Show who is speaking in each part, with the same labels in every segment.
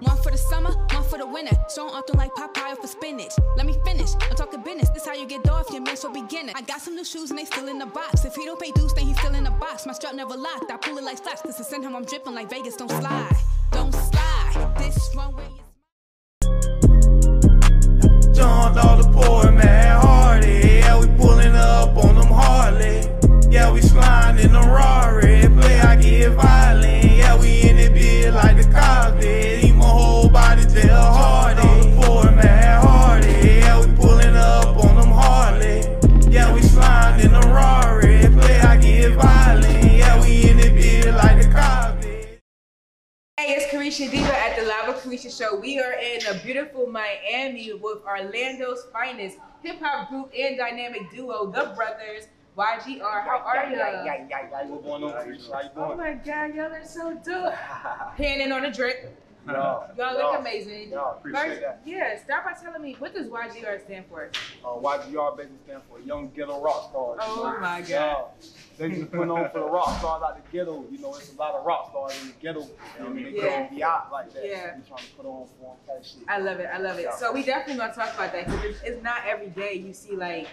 Speaker 1: One for the summer, one for the winter. Strong off them like Popeye for spinach. Let me finish. I'm talking business. This how you get off your man so beginner. I got some new shoes and they still in the box. If he don't pay dues, then he's still in the box. My strap never locked. I pull it like slaps. Cause it's in him I'm dripping like Vegas. Don't slide. Don't slide. This runway is
Speaker 2: Jumped all the poor man Hardy. Yeah, we pulling up on them Harley. Yeah, we sliding in the Rari. Play, I get violent. Yeah, we in it big like the Cosby. Eat my whole body till Hardy. Jumped all the poor man Hardy. Yeah, we pulling up on them Harley. Yeah, we sliding in the Rari. Play, I get violent. Yeah, we in it big like the Cosby.
Speaker 3: Hey, it's Carisha Diva at the Lava Carisha Show. We are in a beautiful Miami with Orlando's finest hip hop group and dynamic duo, The Brothers, YGR. How are you?
Speaker 4: What's going on, Carisha? How you
Speaker 3: Oh
Speaker 4: doing?
Speaker 3: my God, y'all are so dope. Panning on a drink.
Speaker 4: Y'all,
Speaker 3: Y'all look amazing.
Speaker 4: Y'all appreciate
Speaker 3: First-
Speaker 4: that.
Speaker 3: Yeah, start by telling me what does YGR stand for?
Speaker 4: Uh, YGR basically stand for Young Ghetto Rock Stars. you
Speaker 3: Oh
Speaker 4: know?
Speaker 3: my God.
Speaker 4: Y'all, they just put on for the rock stars out the ghetto. You know, it's a lot of rock stars in the ghetto. You know, what I mean? they
Speaker 3: Yeah.
Speaker 4: couldn't be out like that.
Speaker 3: Yeah.
Speaker 4: We trying to put on for them type shit.
Speaker 3: I love it. I love it. So we definitely gonna talk about that because it's not every day you see like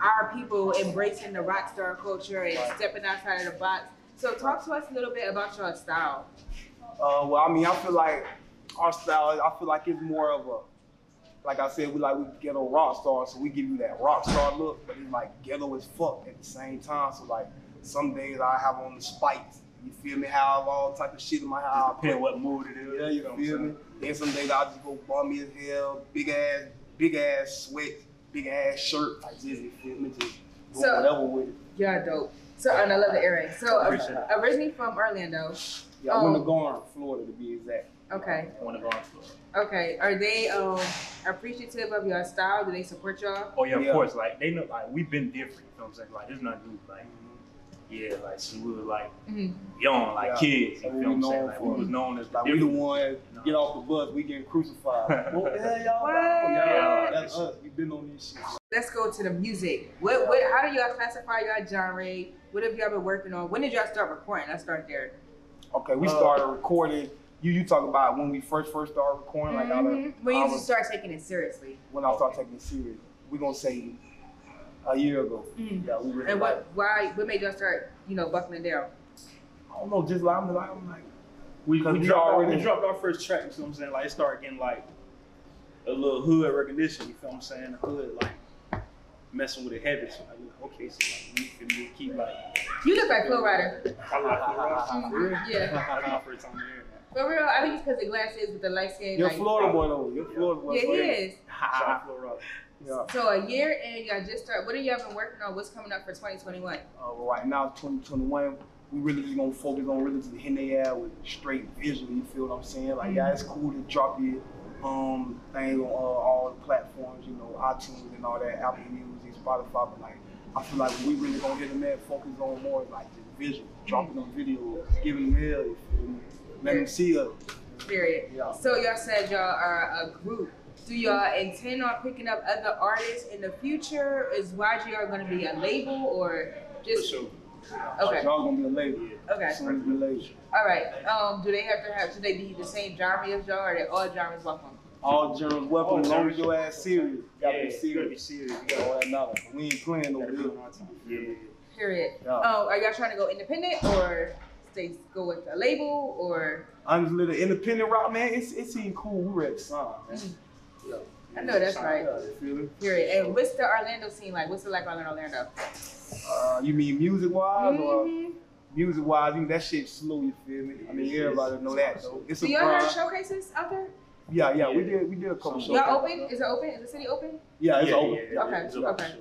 Speaker 3: our people embracing the rock star culture and stepping outside of the box. So talk to us a little bit about your style.
Speaker 4: Uh, well, I mean, I feel like our style, I feel like it's more of a, like I said, we like we ghetto rock stars, so we give you that rock star look, but it's like ghetto as fuck at the same time. So like some days I have on the spikes, you feel me? Have all type of shit in my house. I
Speaker 5: Depend
Speaker 4: put-
Speaker 5: what mood it is.
Speaker 4: Yeah, you
Speaker 5: know what I'm
Speaker 4: feel me?
Speaker 5: saying?
Speaker 4: Then some days I just go bummy as hell, big ass, big ass sweat, big ass shirt, like just you feel me? Just do
Speaker 3: So-
Speaker 4: whatever with it.
Speaker 3: Yeah, dope. So and I love the earrings. So
Speaker 5: Appreciate it.
Speaker 3: uh, originally from Orlando.
Speaker 4: Yeah, I went
Speaker 3: Oh.
Speaker 4: to Garn, Florida to be exact.
Speaker 3: Okay,
Speaker 5: I want to go on tour.
Speaker 3: okay. Are they um appreciative of your style? Do they support y'all?
Speaker 5: Oh yeah, of
Speaker 4: Yeah.
Speaker 5: course. Like they know, like we've been different. You know what I'm saying? Like there's nothing new. Like yeah, like since we were like
Speaker 3: Mhm.
Speaker 5: young, like
Speaker 4: Yeah.
Speaker 5: kids. You
Speaker 4: Like, we
Speaker 5: feel what I'm saying?
Speaker 4: known
Speaker 5: Like
Speaker 4: for
Speaker 5: we
Speaker 4: it.
Speaker 5: was known as
Speaker 4: Like we the
Speaker 5: different.
Speaker 4: ones get off the bus, we getting crucified. what the hell y'all
Speaker 3: What?
Speaker 4: doing?
Speaker 5: Yeah.
Speaker 4: That's us. We been on this shit.
Speaker 3: Let's go to the music. What what? How do y'all classify y'all genre? What have y'all been working on? When did y'all start recording? Let's start there.
Speaker 4: Okay, we
Speaker 5: Uh,
Speaker 4: started recording. You you talk about when we first first started recording, like I done-
Speaker 3: When
Speaker 4: I
Speaker 3: you
Speaker 4: was-
Speaker 3: just start taking it seriously.
Speaker 4: when I started taking it serious. We gonna say a year ago. Yeah, we really
Speaker 3: And
Speaker 4: like-
Speaker 3: what? Why? What made y'all start? You know, buckling down.
Speaker 4: I don't know, just like I'm like I'm like
Speaker 5: we,
Speaker 4: Cause
Speaker 5: we,
Speaker 4: we
Speaker 5: dropped our,
Speaker 4: already-
Speaker 5: we dropped our first track, you know what I'm saying? Like, it started getting like a little hood recognition, you feel what I'm saying? The hood, like, messing with the habits. Like, we like, okay, so like, we can really keep like,
Speaker 3: You look like Flow Rider.
Speaker 5: I like the rock.
Speaker 3: Yeah.
Speaker 5: That's my first time hearing that.
Speaker 3: For real, I think it's because the glasses with the light skin.
Speaker 4: you're
Speaker 3: like,
Speaker 4: Florida boy though. You're Florida boy.
Speaker 3: Yeah, he
Speaker 4: so-
Speaker 3: is.
Speaker 5: Shout out Flo Rock.
Speaker 4: Yeah.
Speaker 3: So a year and y'all just start. What have y'all been working on? What's coming up for 2021?
Speaker 4: Uh, but right now, 2021, we really just gonna focus on really just hitting their ass with straight visually. You feel what I'm saying? Like, yeah,
Speaker 3: Mm-hmm.
Speaker 4: it's cool to drop your um thing on uh, all the platforms, you know, iTunes and all that, Apple Music, Spotify. But like, I feel like we really gonna hit them at focus on more like just visual, dropping them videos, giving them hell. You feel me? Let them see us.
Speaker 3: Period.
Speaker 4: Yeah.
Speaker 3: So y'all said y'all are a group. Do y'all intend on picking up other artists in the future? Is YGR going to be a label or
Speaker 5: For
Speaker 3: just?
Speaker 5: sure.
Speaker 3: Okay.
Speaker 4: Y'all gonna be a label.
Speaker 3: Okay.
Speaker 4: Soon as we label.
Speaker 3: All right. Um, do they have to have? Should they be the same genre as y'all, or are they all genres welcome?
Speaker 4: All generals
Speaker 5: All
Speaker 4: weapon, as long as
Speaker 5: genres.
Speaker 4: your ass serious. Gotta
Speaker 5: yeah,
Speaker 4: be
Speaker 5: You gotta be
Speaker 4: serious.
Speaker 5: serious. You
Speaker 4: All
Speaker 5: gotta,
Speaker 4: that knowledge. We ain't playing no
Speaker 5: gotta be
Speaker 4: real.
Speaker 5: on our time. Yeah, yeah,
Speaker 3: Period.
Speaker 4: Yeah.
Speaker 3: Oh, are y'all trying to go independent or stay go with a label or?
Speaker 4: Honestly, the independent rock man, it's it seemed cool. We read song, man.
Speaker 5: yeah.
Speaker 3: I know that's
Speaker 5: Shout out.
Speaker 3: right.
Speaker 4: Yeah, you feel me?
Speaker 3: Period. And what's the Orlando scene like? What's it like in Orlando?
Speaker 4: Uh, you mean music wise or
Speaker 3: Mhm.
Speaker 4: music wise? You mean that shit slow? You feel me? I mean
Speaker 5: It's-
Speaker 4: everybody
Speaker 5: it's-
Speaker 4: know that though. It's
Speaker 3: Do
Speaker 4: a
Speaker 3: y'all have
Speaker 4: grind.
Speaker 3: showcases out there?
Speaker 4: Yeah, yeah, we
Speaker 5: Yeah.
Speaker 4: did we did a couple shows.
Speaker 3: Y'all open? Is it open? Is the city open?
Speaker 4: Yeah, it's
Speaker 5: Yeah,
Speaker 4: open.
Speaker 5: yeah, yeah,
Speaker 3: Okay,
Speaker 5: it's open,
Speaker 3: okay.
Speaker 5: sure.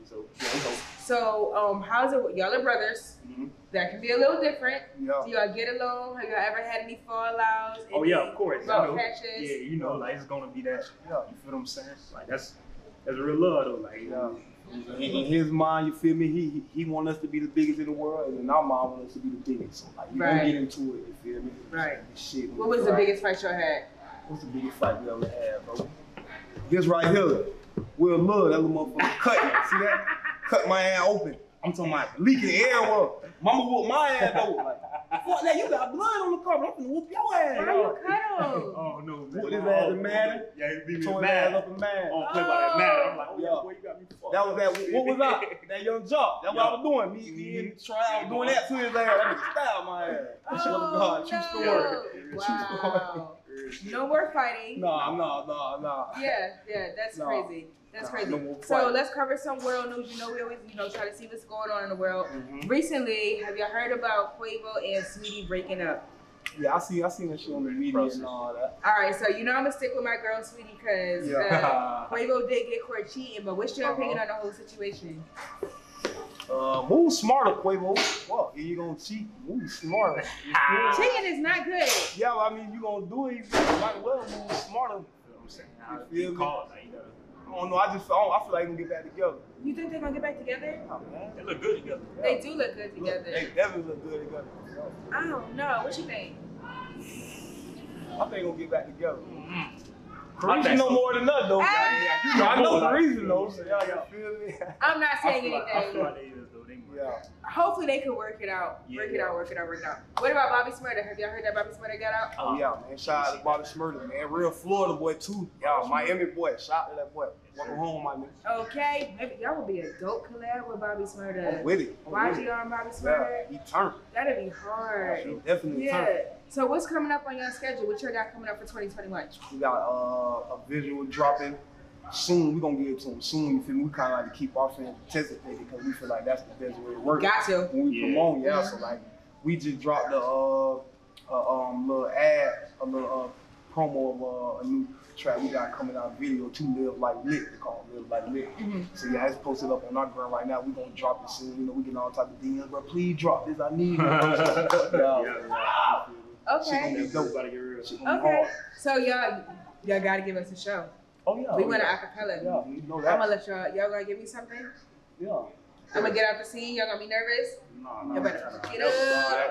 Speaker 5: It's open. Yeah, it's open.
Speaker 3: So, um, how's it? Y'all are brothers.
Speaker 4: Mm-hmm.
Speaker 5: Mhm.
Speaker 3: That can be a little different.
Speaker 4: Yeah.
Speaker 3: Do y'all get along? Have y'all ever had any fallouts?
Speaker 5: Oh
Speaker 3: Any
Speaker 5: yeah, of course. you
Speaker 3: rough
Speaker 5: know.
Speaker 3: patches?
Speaker 5: Yeah, you know, like it's gonna be that.
Speaker 4: Yeah.
Speaker 5: You feel what I'm saying? Like that's that's real love though. Like you know,
Speaker 4: In, in his mind, you feel me? He he want us to be the biggest in the world, and in our mind, want us to be the biggest. So like you
Speaker 3: Right.
Speaker 4: gonna get into it. You feel me?
Speaker 3: Right.
Speaker 4: Shit.
Speaker 3: What was the biggest fight y'all had?
Speaker 4: What's the biggest fight we ever had, bro? This right here. Will Love, that little motherfucker cut me. See that? Cut my hand open. I'm talking about leaking everywhere. Mama whooped my ass though. Like, fuck that, you got blood on the carpet. I'm gonna whoop your ass.
Speaker 3: Why you cuddle?
Speaker 5: Oh no, man.
Speaker 4: What is that,
Speaker 5: Oh,
Speaker 4: the matter?
Speaker 5: Yeah, he beat me
Speaker 4: Tore his
Speaker 5: mad.
Speaker 4: ass up and mad.
Speaker 5: Oh, play by that matter. I'm like, oh yeah,
Speaker 4: Yeah.
Speaker 5: boy, you got me fucked.
Speaker 4: That was that. What was that? That young jock. That's what I was doing. Me, me and Troy, I was doing that to his ass. That nigga styled Oh, my ass. I swear to God, true story.
Speaker 3: Oh, no.
Speaker 4: True story.
Speaker 3: Wow. No more fighting.
Speaker 4: Nah, nah, nah, nah.
Speaker 3: Yeah, yeah, that's
Speaker 4: No.
Speaker 3: crazy. That's
Speaker 4: Nah,
Speaker 3: crazy.
Speaker 4: no more
Speaker 3: so
Speaker 4: fighting.
Speaker 3: let's cover some world news. You know, we always, you know, try to see what's going on in the world.
Speaker 5: Mm-hmm.
Speaker 3: Recently, have y'all heard about Quavo and Sweetie breaking up?
Speaker 4: Yeah, I see, I seen that shit on the media and all that.
Speaker 3: All right, so you know I'm gonna stick with my girl Sweetie because uh,
Speaker 4: Yeah.
Speaker 3: Quavo did get caught cheating. But what's your
Speaker 4: Uh-huh.
Speaker 3: opinion on the whole situation?
Speaker 4: Uh, move smarter, Quavo. Fuck, if you gonna cheat, move smarter. You feel me?
Speaker 3: Cheating is not good.
Speaker 4: Yeah, well, I mean, you gonna do it. You might as well move smarter.
Speaker 5: You know what I'm saying? Now,
Speaker 4: You feel
Speaker 5: you
Speaker 4: me?
Speaker 5: call it, now, you know.
Speaker 4: I don't know. I just, I, don't, I feel like we can get back together.
Speaker 3: You think they're gonna get back together?
Speaker 4: Nah, man.
Speaker 5: They look good together.
Speaker 3: They do look good
Speaker 4: Look,
Speaker 3: together.
Speaker 4: they definitely look good together.
Speaker 3: I don't know. What you think?
Speaker 4: I think they gonna get back together.
Speaker 5: Mm-hmm. I
Speaker 4: Carisha
Speaker 5: think
Speaker 4: know
Speaker 5: so.
Speaker 4: more than us though.
Speaker 3: Ah!
Speaker 4: You know, I know the
Speaker 5: Like,
Speaker 4: reason though. So y'all,
Speaker 5: yeah.
Speaker 4: y'all feel me?
Speaker 3: I'm not
Speaker 5: I
Speaker 3: saying anything.
Speaker 5: feel like, I feel like they is though. They more.
Speaker 4: yeah.
Speaker 3: Hopefully they can work it out.
Speaker 5: Yeah,
Speaker 3: work it
Speaker 5: yeah.
Speaker 3: out, work it out, work it out. What about Bobby Smurda? Have y'all heard that Bobby Smurda got out?
Speaker 4: Oh yeah, man. Shout out to Bobby Smurda, man. Real Florida boy too. Y'all, Miami boy. Shout out to that boy. Welcome home, my nigga.
Speaker 3: Okay, maybe y'all would be a dope collab with Bobby Smurda.
Speaker 4: I'm with it. I'm with it.
Speaker 3: YGR and Bobby
Speaker 4: oh, Yeah,
Speaker 3: Smurda?
Speaker 4: he turned.
Speaker 3: That'd be
Speaker 4: He
Speaker 3: hard.
Speaker 4: definitely
Speaker 3: Yeah.
Speaker 4: turned.
Speaker 3: So what's coming up on your schedule? What you all got coming up for 2021?
Speaker 4: We got uh, a visual dropping soon. We're gonna get it to him soon. You feel me? We kind of like to keep our fans anticipated because we feel like that's the best way to work.
Speaker 3: Gotcha.
Speaker 4: When we
Speaker 5: Yeah.
Speaker 4: promote, yeah. So like, we just dropped the uh, uh um little ad, a little uh, promo of uh, a new track we got coming out video to live like lit. They call it live like lit.
Speaker 5: Mm-hmm.
Speaker 3: Mhm.
Speaker 4: So yeah, it's posted up on our gram right now. We gonna drop it soon. You know, we getting all type of DMs, but please drop this. I need it. yeah.
Speaker 5: Yeah.
Speaker 4: She
Speaker 3: Okay.
Speaker 4: gonna be dope.
Speaker 5: Everybody get real.
Speaker 4: She gonna be
Speaker 3: Okay.
Speaker 4: hard.
Speaker 3: So y'all y'all gotta give us a show.
Speaker 4: Oh yeah.
Speaker 3: We
Speaker 4: oh,
Speaker 3: went to
Speaker 4: yeah.
Speaker 3: acapella.
Speaker 4: Yeah, you know
Speaker 3: I'm
Speaker 4: that.
Speaker 3: gonna let y'all y'all gonna give me something?
Speaker 4: yeah.
Speaker 3: I'm gonna get out the scene, y'all gonna be nervous?
Speaker 5: Nah, nah,
Speaker 3: Y'all better
Speaker 5: nah.
Speaker 3: get up.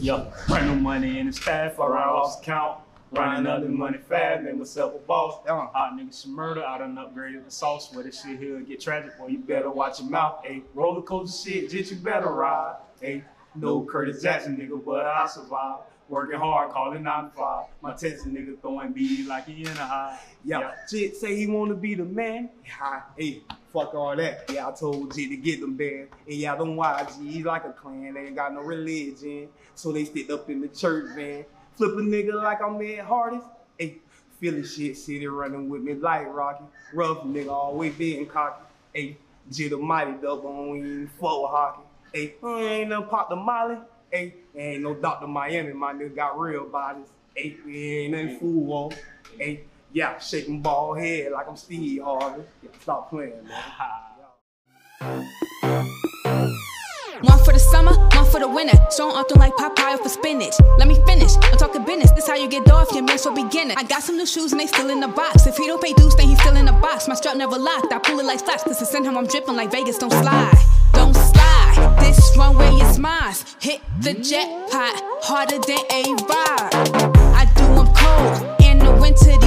Speaker 5: Yo, brand new money in his past, I lost count. Running up the money fast, made myself a boss.
Speaker 4: That one.
Speaker 5: Hot nigga some murder, I done upgraded the sauce. Where this shit here get tragic, boy, you better watch your mouth. Ayy, roller coaster shit, just you better ride. Ayy, no Curtis Jackson, nigga, but I survived. Working hard, calling nine to five. My Texas nigga throwing bees like he in a high.
Speaker 4: Yeah. Jit say he wanna be the man. Ha, hey, fuck all that. Yeah, I told Jit to get them banned. And y'all them YGs like a clan. They ain't got no religion. So they stick up in the church van. Flip a nigga like I'm at hardest. Hey, Philly shit city running with me like Rocky. Rough nigga always been cocky. Hey, Jit a mighty double on even fuck with hockey. Hey, I ain't no pop the molly. Hey, ain't no Dr. Miami. My nigga got real bodies. Hey, we ain't nothing fool on. Hey, yeah, shaking ball head like I'm Steve Harvey. Yeah, stop playing, man.
Speaker 1: One for the summer, one for the winter. So I'm acting like Popeye for spinach. Let me finish. I'm talking business. This how you get off your man, so beginner. I got some new shoes and they still in the box. If he don't pay dues, then he's still in the box. My strap never locked. I pull it like slaps. This is in him. I'm dripping like Vegas. Don't slide. Don't slide. This runway is mine. Hit the jackpot harder than a rod. I do 'em cold in the winter.